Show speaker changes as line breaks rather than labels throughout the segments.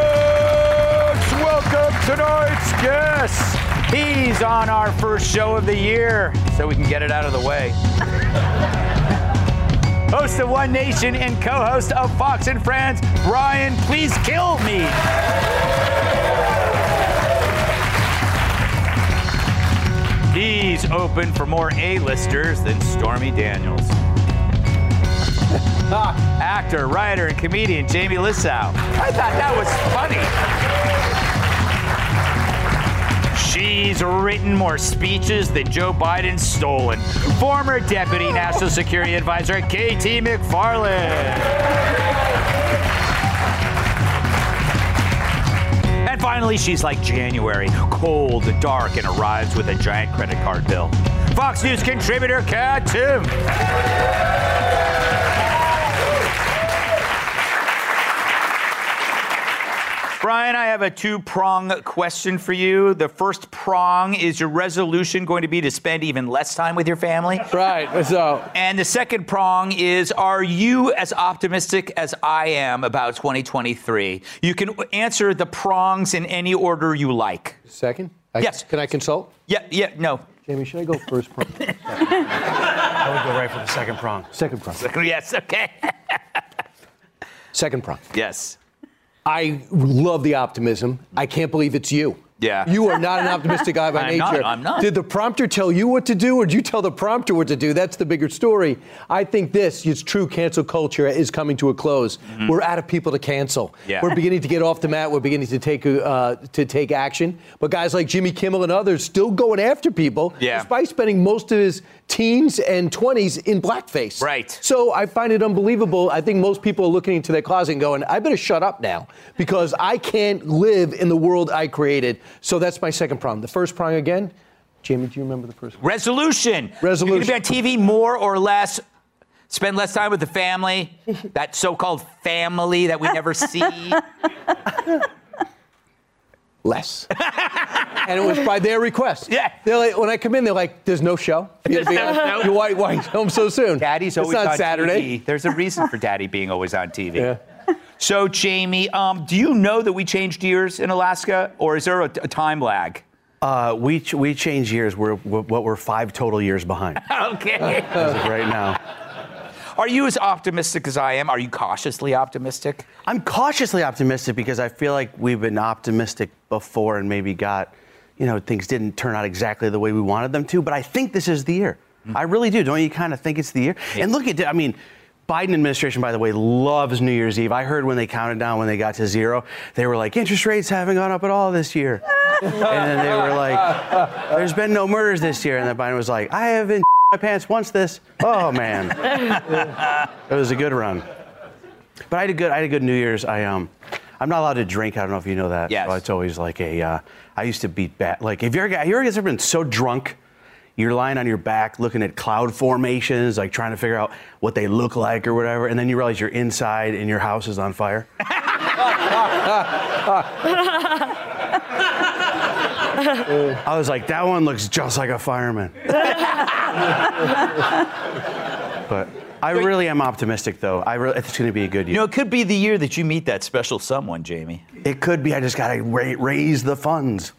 Let's welcome tonight's guest. He's on our first show of the year, so we can get it out of the way. Host of One Nation and co-host of Fox and Friends, Brian, please kill me. He's open for more A-listers than Stormy Daniels. Actor, writer, and comedian Jamie Lissau. I thought that was funny. She's written more speeches than Joe Biden's stolen. Former Deputy National Security Advisor KT McFarland. And finally, she's like January, cold, dark, and arrives with a giant credit card bill. Fox News contributor Kat Tim. Brian, I have a two prong question for you. The first prong is your resolution going to be to spend even less time with your family?
Right. So
And the second prong is are you as optimistic as I am about 2023? You can answer the prongs in any order you like.
second. I,
Yes.
Can I consult?
Yeah, yeah, no.
Jamie, should I go first prompt?
I would go right for the second prong.
Second prompt.
Yes, okay.
Second prompt.
Yes.
I love the optimism. I can't believe it's you.
Yeah.
You are not an optimistic guy by
I'm not,
nature.
I'm not.
Did the prompter tell you what to do, or did you tell the prompter what to do? That's the bigger story. I think this is true cancel culture is coming to a close. We're out of people to cancel.
Mm-hmm. Yeah.
We're beginning to get off the mat. We're beginning to take uh, to take action. But guys like Jimmy Kimmel and others still going after people,
Yeah.
despite spending most of his teens and 20s in blackface.
Right.
So I find it unbelievable. I think most people are looking into their closet and going, I better shut up now because I can't live in the world I created. So that's my second prong. The first prong again, Jamie, do you remember the first one?
Resolution.
Resolution.
You're going to be on TV more or less. Spend less time with the family, that so called family that we never see.
Less. and it was by their request.
Yeah.
They're like, when I come in, they're like, there's no show. You gotta be
There's no
on-
show.
Why, why you home so soon?
Daddy's
it's
always
not
on
Saturday.
TV. There's a reason for Daddy being always on TV.
Yeah.
So, Jamie, um, do you know that we changed years in Alaska, or is there a, a time lag?
Uh, we ch- we change years. We're, we're what we're five total years behind
Okay.
as of right now.
Are you as optimistic as I am? Are you cautiously optimistic?
I'm cautiously optimistic because I feel like we've been optimistic before and maybe got, you know, things didn't turn out exactly the way we wanted them to. But I think this is the year. I really do. Don't you kind of think it's the year? And look at, I mean. Biden administration, by the way, loves New Year's Eve. I heard when they counted down when they got to zero, they were like, interest rates haven't gone up at all this year. and then they were like, there's been no murders this year. And then Biden was like, I haven't my pants once this. Oh man, it was a good run. But I had a good, I had a good New Year's. I um, I'm not allowed to drink. I don't know if you know that.
Yes.
So it's always like a. Uh, I used to beat bat. Like if you're a guy, you ever guys ever been so drunk? You're lying on your back looking at cloud formations, like trying to figure out what they look like or whatever, and then you realize you're inside and your house is on fire. I was like, that one looks just like a fireman. but I really am optimistic, though. I really, it's going to be a good year.
You know, it could be the year that you meet that special someone, Jamie.
it could be. I just got to ra- raise the funds.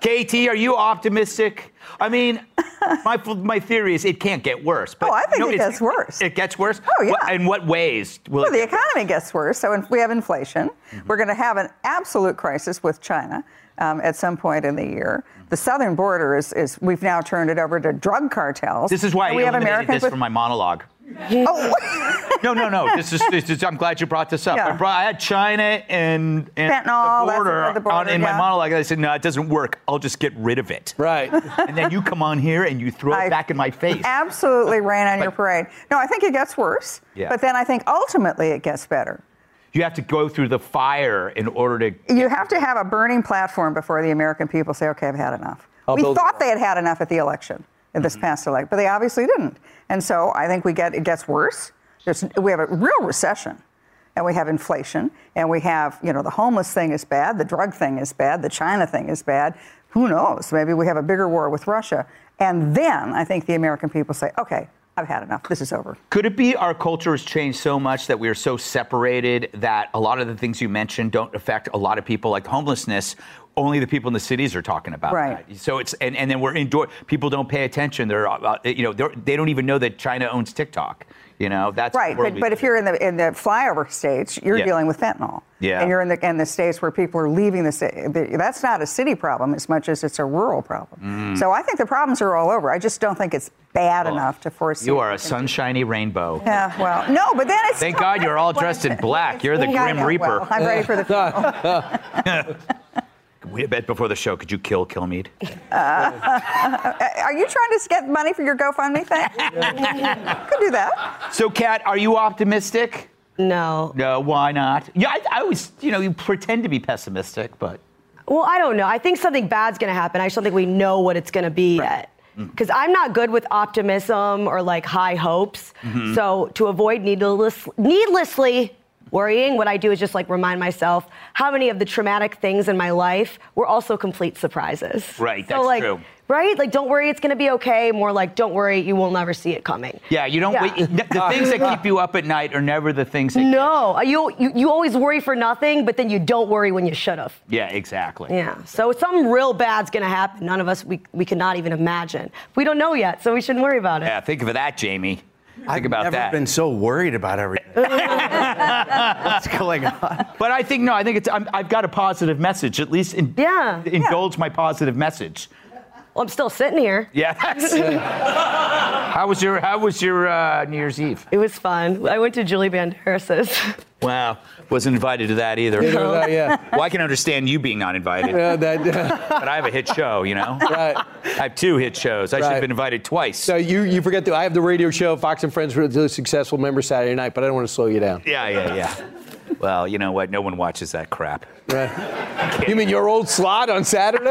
KT, are you optimistic? I mean, my, my theory is it can't get worse. But
Oh, I think it
it's-
gets worse.
It gets worse?
Oh, yeah.
What- in what ways? Will
Well,
it
the economy gets worse. So if we have inflation.
Mm-hmm.
We're going to have an absolute crisis with China um, at some point in the year. The southern border is, is we've now turned it over to drug cartels.
This is why
And
I
we have
eliminated
Americans
this
with
from my monologue. No, no, no. This is, this is. I'm glad you brought this up.
Yeah.
I, brought, I had China and, and
Fentanyl,
the
that's
border,
the border,
on, in my
yeah.
monologue. I said, no, it doesn't work. I'll just get rid of it.
Right.
And then you come on here and you throw
I-
it back in my face.
Absolutely rain on your parade. No, I think it gets worse.
Yeah.
But then I think ultimately it gets better.
you have to go through the fire in order to.
You have to have a burning platform before the American people say, okay, I've had enough.
I'll
we
build-
thought they had had enough at the election, at this past election, but they obviously didn't. And so I think we get it gets worse. There's, we have a real recession, and we have inflation, and we have you know the homeless thing is bad, the drug thing is bad, the China thing is bad. Who knows? Maybe we have a bigger war with Russia, and then I think the American people say, okay, I've had enough. This is over.
Could it be our culture has changed so much that we are so separated that a lot of the things you mentioned don't affect a lot of people, like homelessness? Only the people in the cities are talking about
Right.
that. So it's and, and then we're indoor. People don't pay attention. They're uh, you know they're, they don't even know that China owns TikTok. You know that's
Right,
where
but,
we-
but if you're in the in the flyover states, you're
Yeah.
dealing with fentanyl.
Yeah.
And you're in the in the states where people are leaving the city. That's not a city problem as much as it's a rural problem.
Mm.
So I think the problems are all over. I just don't think it's bad enough to force
you are a sunshiny rainbow.
Yeah, well, no, but then it's.
Thank God you're all dressed in black. You're the
Yeah, I
Grim
know.
Reaper.
Well, I'm ready for the funeral.
We bet before the show, could you kill Kilmeade?
Are you trying to get money for your GoFundMe thing? Could do that.
so, Kat, are you optimistic?
No.
No, why not? Yeah, I, I always, you know, you pretend to be pessimistic, but
Well, I don't know. I think something bad's going to happen. I just don't think we know what it's going to be yet.
Mm-hmm.
Because I'm not good with optimism or like high hopes.
Mm-hmm.
So to avoid needless, needlessly worrying, what I do is just like remind myself how many of the traumatic things in my life were also complete surprises.
Right,
So,
that's
like,
true.
Right? Like, don't worry, it's going to be okay. More like, don't worry, you will never see it coming.
yeah, you don't.
Yeah.
Wait, the things that keep you up at night are never the things that.
No, you, you, you always worry for nothing, but then you don't worry when you should have.
Yeah, exactly.
Yeah. So something real bad's gonna happen. None of us we we cannot even imagine. We don't know yet, so we shouldn't worry about it.
Yeah, think of that, Jamie. Think
I've
about
never
that.
been so worried about everything. What's going on?
But I think no, I think it's. I'm, I've got a positive message. At least in,
Yeah.
indulge my positive message.
Well, I'm still sitting here.
Yeah. That's, how was your How was your uh, New Year's Eve?
It was fun. I went to Julie Van Harris's.
Wow, wasn't invited to that either.
Either of that, yeah.
Well, I can understand you being not invited,
Yeah, that,
but I have a hit show, you know.
right.
I have two hit shows. I should have
Right.
been invited twice.
So you, you forget that I have the radio show, Fox and Friends, for the successful member Saturday night, but I don't want to slow you down.
Yeah, yeah, yeah. Well, you know what? No one watches that crap.
Right. You mean your old slot on Saturday?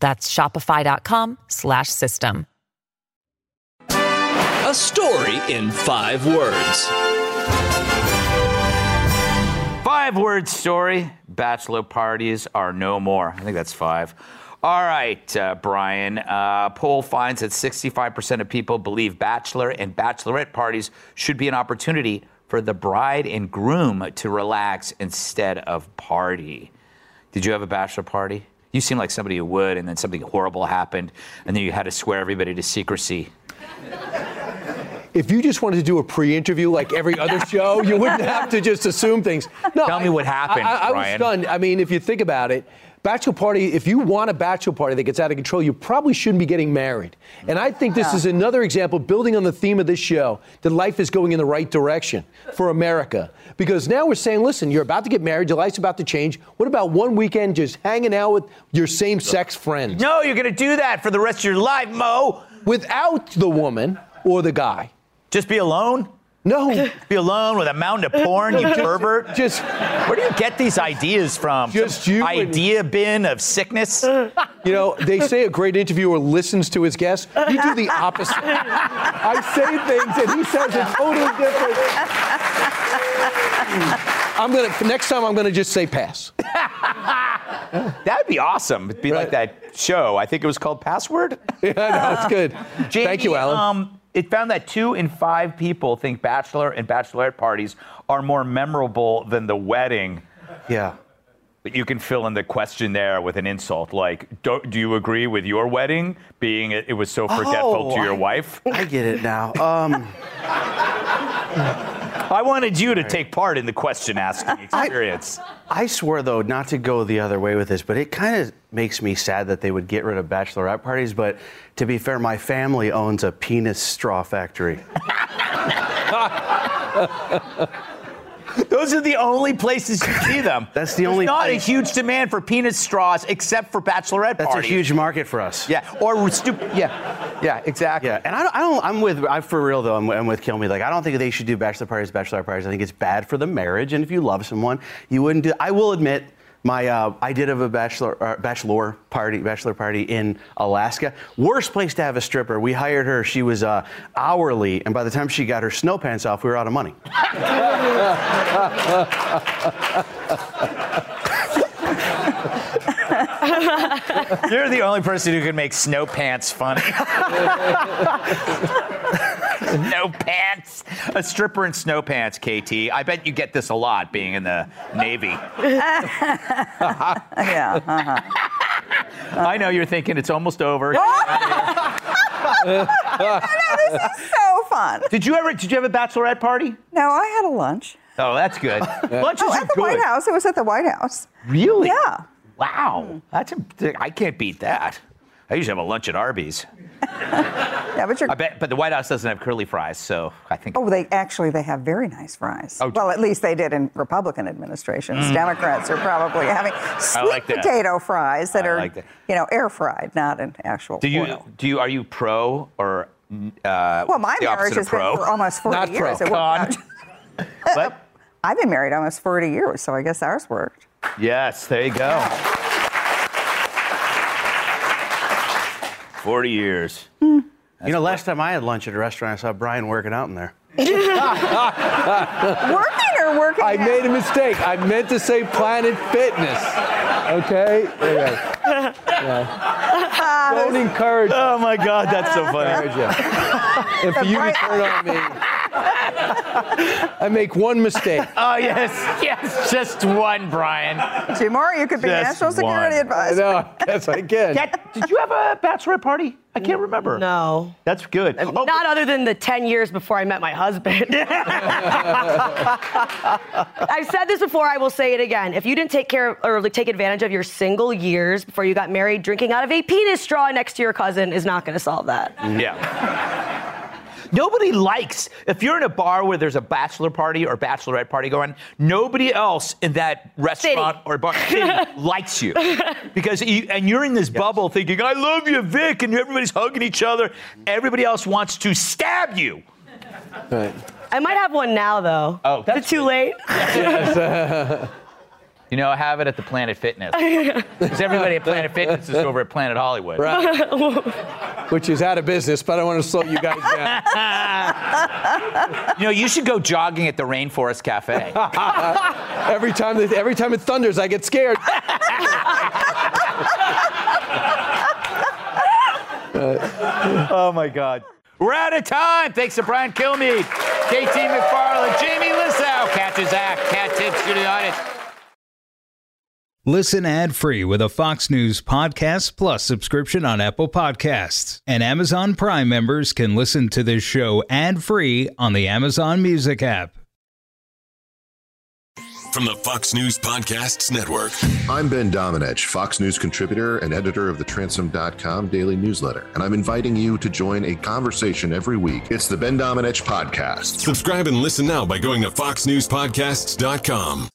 That's shopify.com slash system.
A story in five words.
Five word story Bachelor parties are no more. I think that's five. All right, uh, Brian. Uh, poll finds that 65% of people believe bachelor and bachelorette parties should be an opportunity for the bride and groom to relax instead of party. Did you have a bachelor party? You seem like somebody who would, and then something horrible happened, and then you had to swear everybody to secrecy.
if you just wanted to do a pre-interview like every other show, you wouldn't have to just assume things. No,
Tell me what happened,
I, I, I
Brian.
was stunned. I mean, if you think about it, bachelor party. If you want a bachelor party that gets out of control, you probably shouldn't be getting married. And I think this is another example, building on the theme of this show, that life is going in the right direction for America. Because now we're saying, listen, you're about to get married, your life's about to change. What about one weekend just hanging out with your same-sex friends?
No, you're going to do that for the rest of your life, Mo.
Without the woman or the guy.
Just be alone.
No.
Be alone with a mountain of porn, you pervert.
Just
Where do you get these ideas from?
Just
Some
you and- Uh.
idea bin of sickness.
You know, they say a great interviewer listens to his guests. You do the opposite. I say things and he says it's totally different. I'm gonna next time I'm gonna just say pass.
That'd be awesome. It'd be like that show. I think it was called Password.
yeah, no, it's good. Thank you,
JD,
Alan.
Um, it found that two in five people think bachelor and bachelorette parties are more memorable than the wedding.
Yeah.
But you can fill in the questionnaire with an insult, like, do, do you agree with your wedding being it, it was so forgetful
Oh,
to your
I-
wife?
I get it now. Um,
I wanted you to take part in the question asking experience.
I swore though not to go the other way with this, but it kind of makes me sad that they would get rid of bachelorette parties. But to be fair, my family owns a penis straw factory.
Those are the only places you see them.
That's the
There's
only
not
place-
a huge demand for penis straws except for bachelorette
That's
parties.
a huge market for us.
Yeah, or stupid. Yeah, yeah, exactly.
Yeah, and I don't, I don't I'm with, I, for real though, I'm, I'm with Kill Me. Like, I don't think they should do bachelor parties, bachelor parties. I think it's bad for the marriage. And if you love someone, you wouldn't do, I will admit, my, uh, I did have a bachelor, uh, bachelor party, bachelor party in Alaska. Worst place to have a stripper. We hired her. She was uh, hourly, and by the time she got her snow pants off, we were out of money.
You're the only person who can make snow pants funny. snow pants. A stripper in snow pants, KT. I bet you get this a lot being in the Navy.
Yeah. uh-huh.
I know you're thinking it's almost over.
so fun.
Did you ever did you have a bachelorette party?
No, I had a lunch.
Oh, that's good. Lunches
Oh,
are
at the
good.
White House. It was at the White House.
Really?
Yeah.
Wow. That's a, I can't beat that. I usually have a lunch at Arby's.
Yeah, but you're.
I bet, but the White House doesn't have curly fries, so I think.
Oh, they actually they have very nice fries.
Oh.
Well, at least they did in Republican administrations. Democrats are probably having sweet
Mm. like that.
potato fries that
I
are,
like that.
you know, air fried, not in actual
do you
oil.
do you are you pro or uh,
Well, my
the
marriage
opposite
has
of pro?
been for almost 40
Not pro.
years. It worked
Con.
out.
What?
I've been married almost 40 years, so I guess ours worked.
Yes, there you go. 40 years.
you know, last time I had lunch at a restaurant, I saw Brian working out in there.
Working or working?
I
out?
made a mistake. I meant to say Planet Fitness. Okay? Yeah. Yeah. Don't encourage
Oh my God, that's so funny.
encourage you. And for you to turn on me, I make one mistake.
Oh, yes, yes, just one, Brian.
Tomorrow you could be
Just
national security
one.
advisor.
No, yes, I can.
That, did you have a bachelorette party? I can't remember.
No.
That's good. Oh,
Not other than the 10 years before I met my husband. I've said this before, I will say it again. If you didn't take care of, or like, take advantage of your single years before you got married, drinking out of a penis straw next to your cousin is not going to solve that.
Mm. Yeah. Nobody likes if you're in a bar where there's a bachelor party or bachelorette party going. Nobody else in that restaurant or bar city likes you because you, and you're in this bubble thinking I love you, Vic, and everybody's hugging each other. Everybody else wants to stab you.
Right.
I might have one now, though.
Oh,
Is it
that's
too late?
You know, have it at the Planet Fitness because everybody at Planet Fitness is over at Planet Hollywood.
Which is out of business, but I want to slow you guys down.
You know, you should go jogging at the Rainforest Cafe.
Uh, Every time, that- every time it thunders, I get scared.
Oh my God. We're out of time. Thanks to Brian Kilmeade, KT McFarland, Jamie Lissau, Catches Act, Cat Tips to the audience.
Listen ad free with a Fox News Podcast Plus subscription on Apple Podcasts. And Amazon Prime members can listen to this show ad free on the Amazon Music app.
From the Fox News Podcasts Network.
I'm Ben Dominich, Fox News contributor and editor of the Transom.com daily newsletter, and I'm inviting you to join a conversation every week. It's the Ben Dominich Podcast.
Subscribe and listen now by going to foxnewspodcasts.com.